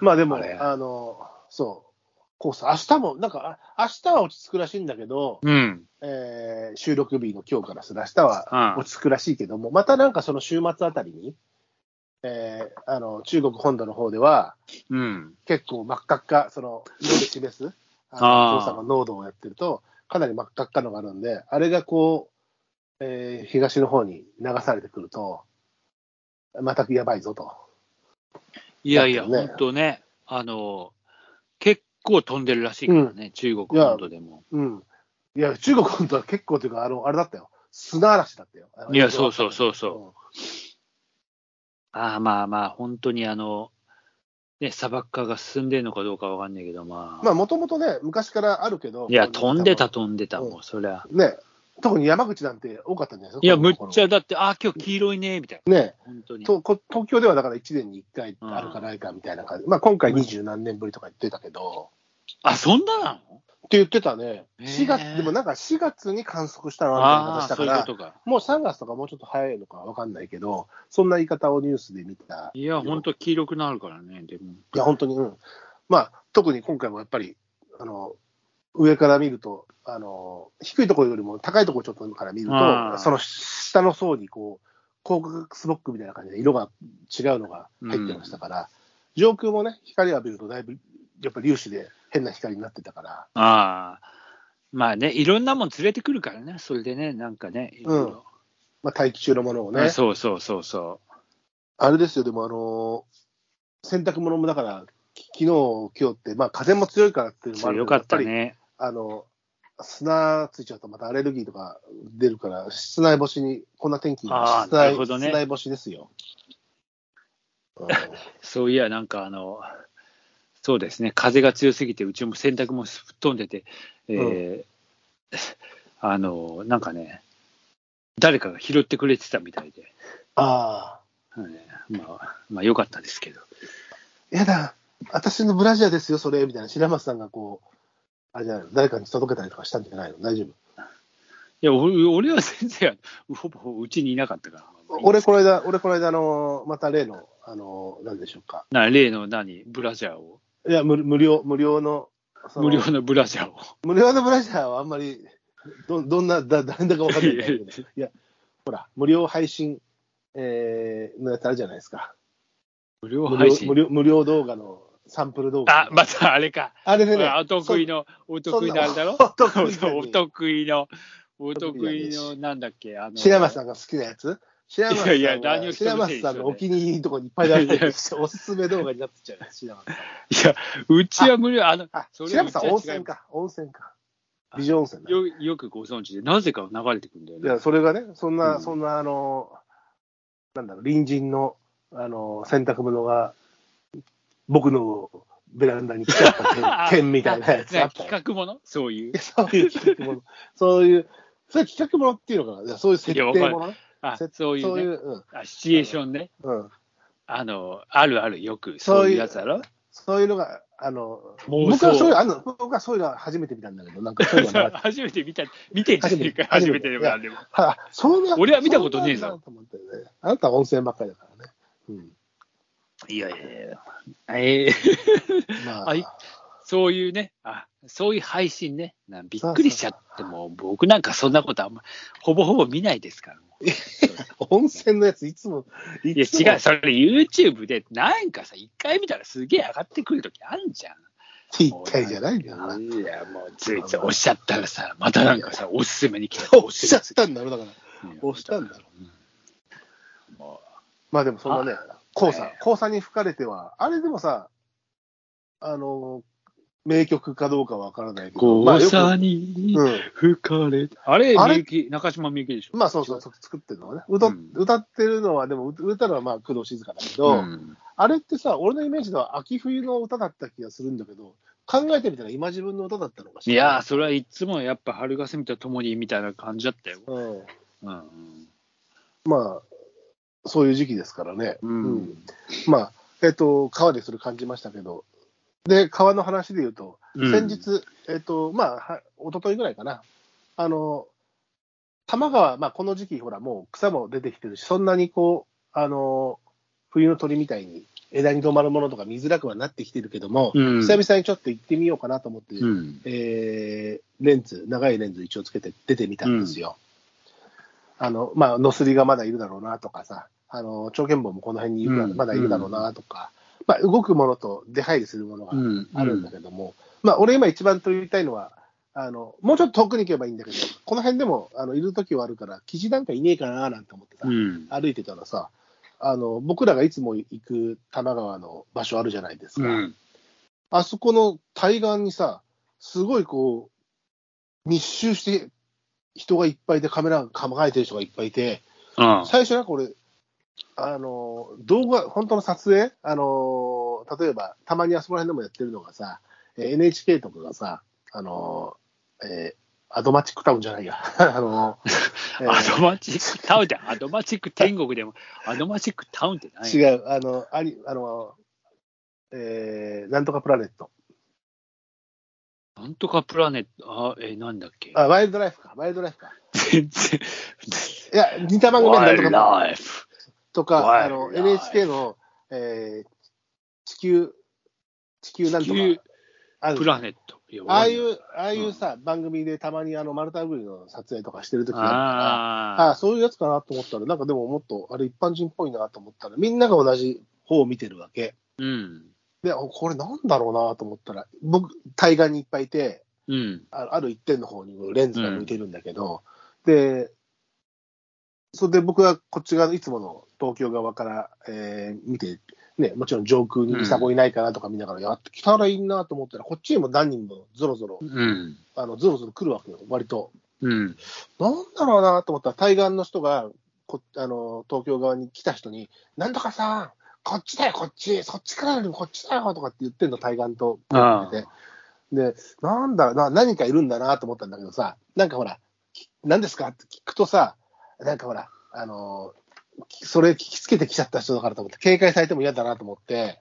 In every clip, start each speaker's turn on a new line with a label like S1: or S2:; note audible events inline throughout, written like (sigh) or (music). S1: まあでも、
S2: あれ
S1: あの、そう、コース、明日も、なんか、あ明日は落ち着くらしいんだけど、
S2: うん。
S1: えー収録日の今日からする明日は
S2: うん
S1: 落ち着くらしいけども、またなんかその週末あたりに、えーあの中国本土の方では、
S2: うん。
S1: 結構真っ赤っか、その色で示す、あ
S2: あー
S1: の調査の濃度をやってると、かなり真っ赤っかのがあるんで、あれがこう、えー東の方に流されてくると、またやばいぞと。
S2: いやい
S1: だ
S2: や、
S1: って
S2: 本
S1: ね
S2: 当ね、あの、結構飛んでるらしいからね、中国本土でも。
S1: うん。いや、中国本土は結構というか、あの、あれだったよ。砂嵐だったよ。
S2: いやそうそうそうそああ、まあまあ、本当にあの、ね、砂漠化が進んでるのかどうかわかんないけど、
S1: う
S2: まあ。
S1: んまあ、もともとね、昔からあるけど。
S2: いや、飛んでた、
S1: と。
S2: 飛んでた、
S1: うん
S2: もう、そりゃ。
S1: ね。特に山口なんて多かったんじゃないですか。
S2: いや、むっち
S1: ゃ。
S2: ゃ、だって、ああ、今日黄色いね、みたい
S1: ね
S2: な。本当に。
S1: とこ東京ではだから1年に1回あるかないかみたいな感じ、まあ、今回二十何年ぶりとか言ってたけど、
S2: あ、そんななの
S1: って言ってたね、
S2: へー
S1: 4月、でもなんか4月に観測したの
S2: あ
S1: は
S2: あ、
S1: みた
S2: そ
S1: いうな
S2: いう
S1: 話だ
S2: こ
S1: から、
S2: とか。
S1: もう3月とかもうちょっと早いのかわかんないけど、そんな言い方をニュースで見た、
S2: いや、本当黄色くなるからね、でも。
S1: いや、本当に、うん。まあ、特に今回もやっぱり、あの、上から見ると、あの、低いところよりも高いところちょっとから見る
S2: あー
S1: と、その下の層にこう、広角スモックみたいな感じで色が違うのが入ってましたから、上空もね、光を浴びるとだいぶ、やっぱ粒子で変な光になってたから、
S2: ああ。まあね、いろんなもん連れてくるからね、それでね、なんかね、いろいろ
S1: まあ、大気中のものをね、
S2: そうそうそうそ
S1: あれですよ、でもあの洗濯物もだから、き昨日、今日って、まあ風も強いからっていう
S2: う。
S1: のもあ
S2: そう
S1: る
S2: よ
S1: けど
S2: か
S1: や
S2: っ
S1: ぱ
S2: た
S1: り
S2: ね。
S1: あの、砂ついちゃうとまたアレルギーとか出るから、室内干しに、こんな天気に室
S2: あー
S1: 内
S2: なるほどね
S1: 室内干しです
S2: (laughs)
S1: よ。うん
S2: そういや、なんかあの、そうですね、風が強すぎて、うちも洗濯も吹っ飛んでて、えー (laughs) あの、なんかね、誰かが拾ってくれてたみたいで、
S1: あ
S2: うんまあ、まあ、良かったですけど。
S1: あ、やだ、私のブラジャーですよ、それ、みたいな、白松さんがこう、あれじゃないの、誰かに届けたりとかしたんじゃないの、大丈夫。
S2: いや、俺俺は全然、ほぼほぼうちにいなかったから。
S1: 俺、この間、俺、この間、あの、また例の、あの、なんでしょうか。
S2: な例の何、ブラジャーを、
S1: いや、無無料、無料の、その
S2: 無料のブラジャーを。
S1: 無料のブラジャーはあんまり、どどんな、だ誰だか分かんないんだけど、
S2: いやい
S1: いや、ほら、無料配信、えー、のやつあるじゃないですか。
S2: 無料
S1: 無
S2: 配
S1: 料
S2: 信
S1: 無。料無料動画のサンプル動画。
S2: あ、またあれか。
S1: あれでね、
S2: あお得意の、お得意のあれだろ
S1: そんなお得意な
S2: お得意の、お得意の、なんだっけ、あの、
S1: 白松さんが好きなやつ白松さんが
S2: いやいや何をして
S1: 白
S2: もいいです
S1: 松
S2: よね
S1: さんのお気に入りのとこにいっぱい出
S2: いやい
S1: して、
S2: (laughs)
S1: おすすめ動画になってっちゃうよ白松さん。
S2: いや、うちは無料、あの、
S1: あ、
S2: それ
S1: 白松さん
S2: うちは違い
S1: 温
S2: ます
S1: 泉か、温泉か。美女温泉だ。
S2: よよくご存知で、なぜか流れてくるんだよ
S1: い
S2: ね。
S1: や、それがね、そんな、
S2: うん
S1: そんな、あの、なんだろう、隣人の、あの、洗濯物が、僕のベランダに来ちゃった
S2: (laughs)
S1: 件件みたいなやつあっ
S2: ね
S1: たよ
S2: 企画ものそういう
S1: いや。そういう企画もの。そういう、そういう企画ものっていうのかないや、そういう設定ものね、
S2: あ、
S1: せ
S2: そうい
S1: そう
S2: う
S1: い
S2: ね。
S1: う、うん
S2: あ、シチュエーションね。
S1: うん。
S2: あの、あるある、よく。
S1: そういう
S2: そういうやつだろ
S1: そういうのが、あの、
S2: 妄想
S1: 僕はそういう、あの、僕はそういうのは初めて見たんだけど、なんかそういうのがなかっ
S2: (laughs) 初めて見た、見てんじゃねえか、初
S1: 初
S2: め
S1: め
S2: て
S1: て
S2: でもなんでも。
S1: た。あ、そうな
S2: 俺は見たことねえぞ
S1: そうなんだと思ってねあなたは温泉ばっかりだからね。うん。
S2: いやいやいや。えー
S1: ま
S2: あいそういうね、あ、そういう配信ね。なびっくりしちゃって、もう僕なんかそんなことあんま、ほぼほぼ見ないですから。もう
S1: 温泉のやついつも、い
S2: いや
S1: つも
S2: 違う、それ YouTube で、なんかさ、一回見たらすげえ上がってくるときあんじゃん。
S1: 一回じゃないんだよな。
S2: いや、もうついつい押しちゃったらさ、またなんかさ、おすすめに来た
S1: 押しちゃったんだろ、だから。押したんだろ。
S2: も
S1: まあでもそんなね、黄砂
S2: え、
S1: 黄砂に吹かれては、あれでもさ、あの、名曲かどうかわからないけ
S2: う、
S1: ど、まあ
S2: 誤
S1: よく、
S2: 差に
S1: うん。
S2: 吹かれた。あれ、
S1: あれ
S2: みゆき中島みゆきでしょ。
S1: まあそうそう、作ってるのはね。歌,、
S2: うん
S1: 歌ってるのは、でも歌うのはまあ工藤静香だけど、
S2: うん
S1: あれってさ、俺のイメージでは秋冬の歌だった気がするんだけど、考えてみたら今自分の歌だったのかし
S2: い
S1: ら。
S2: やー、それはいつもやっぱ春がせみとともにみたいな感じだったよ。
S1: うん。
S2: うん。
S1: まあ、そういう時期ですからね。
S2: うん。
S1: うんまあ、えっと、川でそれ感じましたけど、で、川の話で言うと、
S2: うん
S1: 先日、えっと、まあ、は一昨日ぐらいかな、あの、多摩川、まあ、この時期、ほら、もう草も出てきてるし、そんなにこう、あの、冬の鳥みたいに枝に止まるものとか見づらくはなってきてるけども、
S2: うん
S1: 久々にちょっと行ってみようかなと思って、
S2: うん。
S1: えーレンズ、長いレンズ一応つけて出てみたんですよ。あの、まあ、ノスリがまだいるだろうなとかさ、あの、長剣棒もこの辺にいるだ
S2: うん
S1: まだいるだろうなとか、まあ、動くものと出入りするものが
S2: うん。
S1: あるんだけども、まあ、俺今一番取りたいのは、あの、もうちょっと遠くに行けばいいんだけど、この辺でも、あの、いる時はあるから、記事なんかいねえかななんて思ってさ、
S2: うん。
S1: 歩いてたらさ、あの、僕らがいつも行く多摩川の場所あるじゃないです
S2: う
S1: か。
S2: ん。
S1: あそこの対岸にさ、すごいこう、密集して人がいっぱいでカメラ構えてる人がいっぱいいて、
S2: ああ
S1: 最初なんか俺、あの、動画、本当の撮影あの、例えば、たまにあそこら辺でもやってるのがさ、えー NHK とかがさ、あの、えーアドマチックタウンじゃないや。 (laughs) あの、えー
S2: (laughs) アドマチックタウンって、アドマチック天国でも、アドマチックタウンって何
S1: 違う、あの、あり、あの、えーなんとかプラネット。
S2: なんとかプラネット、あ、え、なんだっけ
S1: あ、ワイルドライフか、ワイルドライフか。
S2: 全然。
S1: いや、似た番組な
S2: ワ
S1: ん
S2: イ
S1: と
S2: ル
S1: かプラネッ
S2: ド
S1: ト。
S2: ライフ。
S1: とか、
S2: Wildlife
S1: あの NHK の、えー地球、地球なんとか
S2: 地球
S1: あ
S2: プ
S1: る
S2: ラネット。、
S1: ああいうう、ああいうさ、番組でたまにあの丸太ブリの撮影とかしてる時があるから、あ
S2: あ
S1: あ、そういうやつかなと思ったら、なんかでももっと、あれ一般人っぽいなと思ったら、みんなが同じ方を見てるわけ。
S2: あー。うん。
S1: で、あこれなんだろうなと思ったら、僕、対岸にいっぱいいて、
S2: うん。
S1: あある一点の方にレンズが向いてるんだけど、で、それで僕はこっち側のいつもの東京側から、えー見て、ね、もちろん上空にミサゴいないかなとか見ながら、やってきたらいいなと思ったら、こっちにも何人もぞろぞろ、
S2: うん。
S1: あの、ぞろぞろ来るわけよ、割と。
S2: うん。
S1: なんだろうなと思ったら、対岸の人がこ、あの、東京側に来た人に、なんとかさん、こっちだよ、こっち、そっちからよりもこっちだよとかって言ってんの、対岸と
S2: あ
S1: でで、なんだろうな、何かいるんだなと思ったんだけどさ、なんかほら、き何ですかって聞くとさ、なんかほら、あのーきそれ聞きつけてきちゃった人だからと思って、警戒されても嫌だなと思って、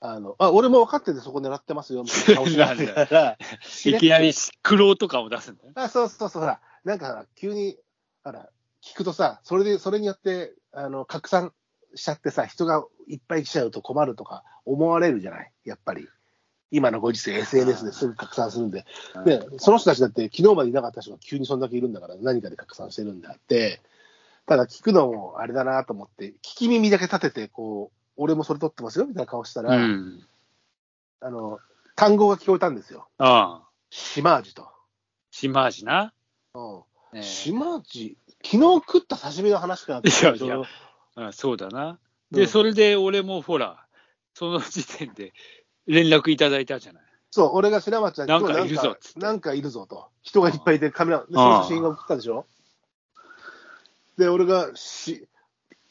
S1: あの、あ、俺も分かっててそこ狙ってますよ、みたいな顔しながら、
S2: (laughs) いきなり黒とかを出すんだよ。
S1: あ、そうそうそう、ほら、なんかほら急に、ほら、聞くとさ、それで、それによって、あの、拡散しちゃってさ、人がいっぱい来ちゃうと困るとか思われるじゃない、やっぱり。今のご時世、SNS ですぐ拡散するんで、で、その人たちだって、昨日までいなかった人が急にそんだけいるんだから、何かで拡散してるんだって、ただ聞くのもあれだなと思って、聞き耳だけ立てて、こう、俺もそれ撮ってますよみたいな顔したら、
S2: うん。
S1: あの、単語が聞こえたんですよ。
S2: ああ。
S1: シマージと。
S2: シマージな。
S1: うん
S2: ね
S1: シマージ、昨日食った刺身の話かなって
S2: いやいやあそうだな。で、
S1: うん
S2: それで俺もほら、その時点で連絡いただいたじゃない。
S1: そう、俺が白松ちゃんに
S2: なんかいるぞ
S1: 今日なんか
S2: つって
S1: なんかいるぞと。人がいっぱいいてカメラ、でその写真が送ったでしょで、俺がし、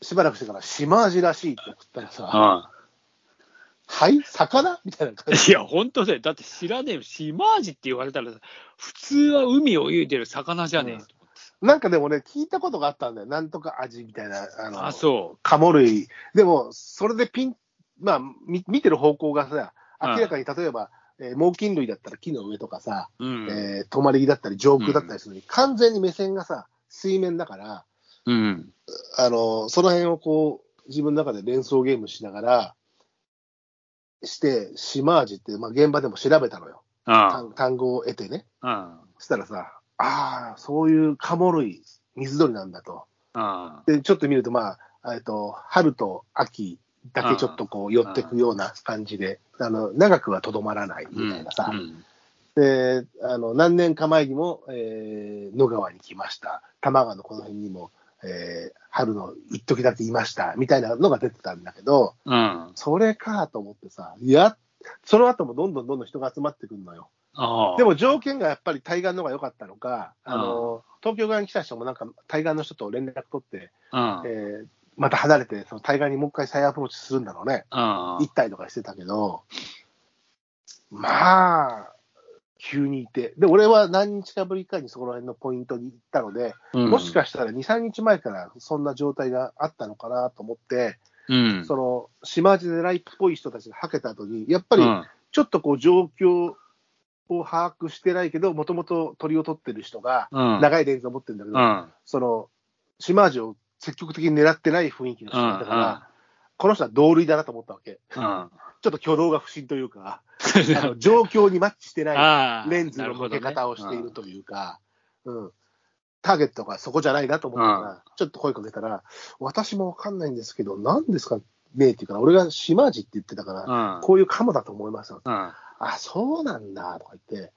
S1: しばらくしてから、シマージらしいって送ったらさ、
S2: あ
S1: はい魚 (laughs) みたいな感じ。
S2: いや、本当だよ。だって知らねえよ。シマージって言われたらさ、普通は海を泳いでる魚じゃねえよ、
S1: なんかでもね、聞いたことがあったんだよ。なんとか味みたいな。あの
S2: あ、そ
S1: カモ類。でも、それでピン、まあ、み見てる方向がさ、明らかに例えば、えー猛禽類だったら木の上とかさ、
S2: う。うん。
S1: えー、止まり木だったり上空だったりするのに、完全に目線がさ、水面だから、
S2: うん。
S1: あの、その辺をこう、自分の中で連想ゲームしながら、して、シマージって、まあ、現場でも調べたのよ。
S2: あ
S1: 単単語を得てね。
S2: あ。あ
S1: そしたらさ、ああ、そういうカモ類、水鳥なんだと。
S2: あ。
S1: で、ちょっと見ると、まあ、えっと、春と秋だけちょっとこう、寄ってくような感じで、あの、長くはとどまらないみたいなさ。
S2: うん
S1: で、あの、何年か前にも、えー野川に来ました。多摩川のこの辺にも、えー春の一時だけいました。みたいなのが出てたんだけど、
S2: うん。
S1: それかと思ってさ、いや、その後もどんどんどんどん人が集まってくるのよ。
S2: ああ。
S1: でも条件がやっぱり対岸の方が良かったのか、あの、東京側に来た人もなんか対岸の人と連絡取って、
S2: うん、
S1: えーまた離れて、その対岸にもう一回再アプローチするんだろうね。
S2: ああ
S1: 行ったりとかしてたけど、まあ、急にいて、で、俺は何日かぶりかにそこら辺のポイントに行ったので、
S2: うん
S1: もしかしたら2、3日前からそんな状態があったのかなと思って、
S2: うん、
S1: そ
S2: やっ
S1: の、島地狙いっぽい人たちがはけた後に、やっぱりちょっとこう状況を把握してないけど、もともと鳥を取ってる人が、
S2: うん、
S1: 長いレンズを持ってるんだけ
S2: う
S1: ど、
S2: ん、うん、
S1: その、島地を積極的に狙ってない雰囲気の人だったから、この人は同類だなと思ったわけ。
S2: うん。あ
S1: ちょっと挙動が不審という
S2: (laughs)
S1: か、あの状況にマッチしてない
S2: あ。
S1: レンズの向け方をしているというか、うん、ターゲットがそこじゃないなと思ったから、ちょっと声かけたら、私もわかんないんですけど、何ですかねっていうから、俺が島地って言ってたから、
S2: なるほ
S1: こういうカモだと思いますよ。
S2: どね。うん。うん。
S1: あ、そうなんだとか言って、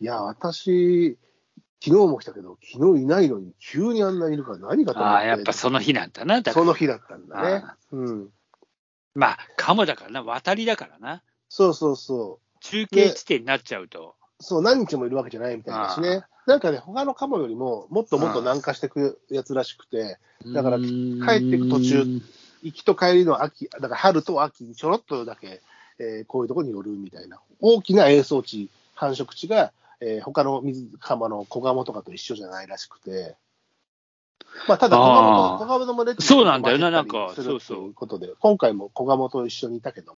S1: いや、私、昨日も来たけど、昨日いないのに、急にあんなにいるから何かと思
S2: あ
S1: っ
S2: あ、
S1: て、
S2: やっぱその日なんだな。だか
S1: そ
S2: ら
S1: の日だったんだね。うん、
S2: まあ、カモだからな、渡りだからな。
S1: そうそうそう。
S2: 中継地点になっちゃうと。
S1: そう、何日もいるわけじゃないみたいですね。なんかね、他のカモよりも、もっともっと南下してくやつらしくて、だから帰ってく途中行きと帰りの秋、だから春と秋にちょろっとだけ、えーこういうとこに寄るみたいな、大きな営草地、繁殖地が、えー他の水釜の小鴨とかと一緒じゃないらしくて、まあ、ただ小鴨
S2: あー
S1: と、小鴨の群れって
S2: そうなんだよな
S1: 混じったり
S2: なんか
S1: する
S2: そうそう
S1: ということで、今回も小鴨と一緒にいたけど、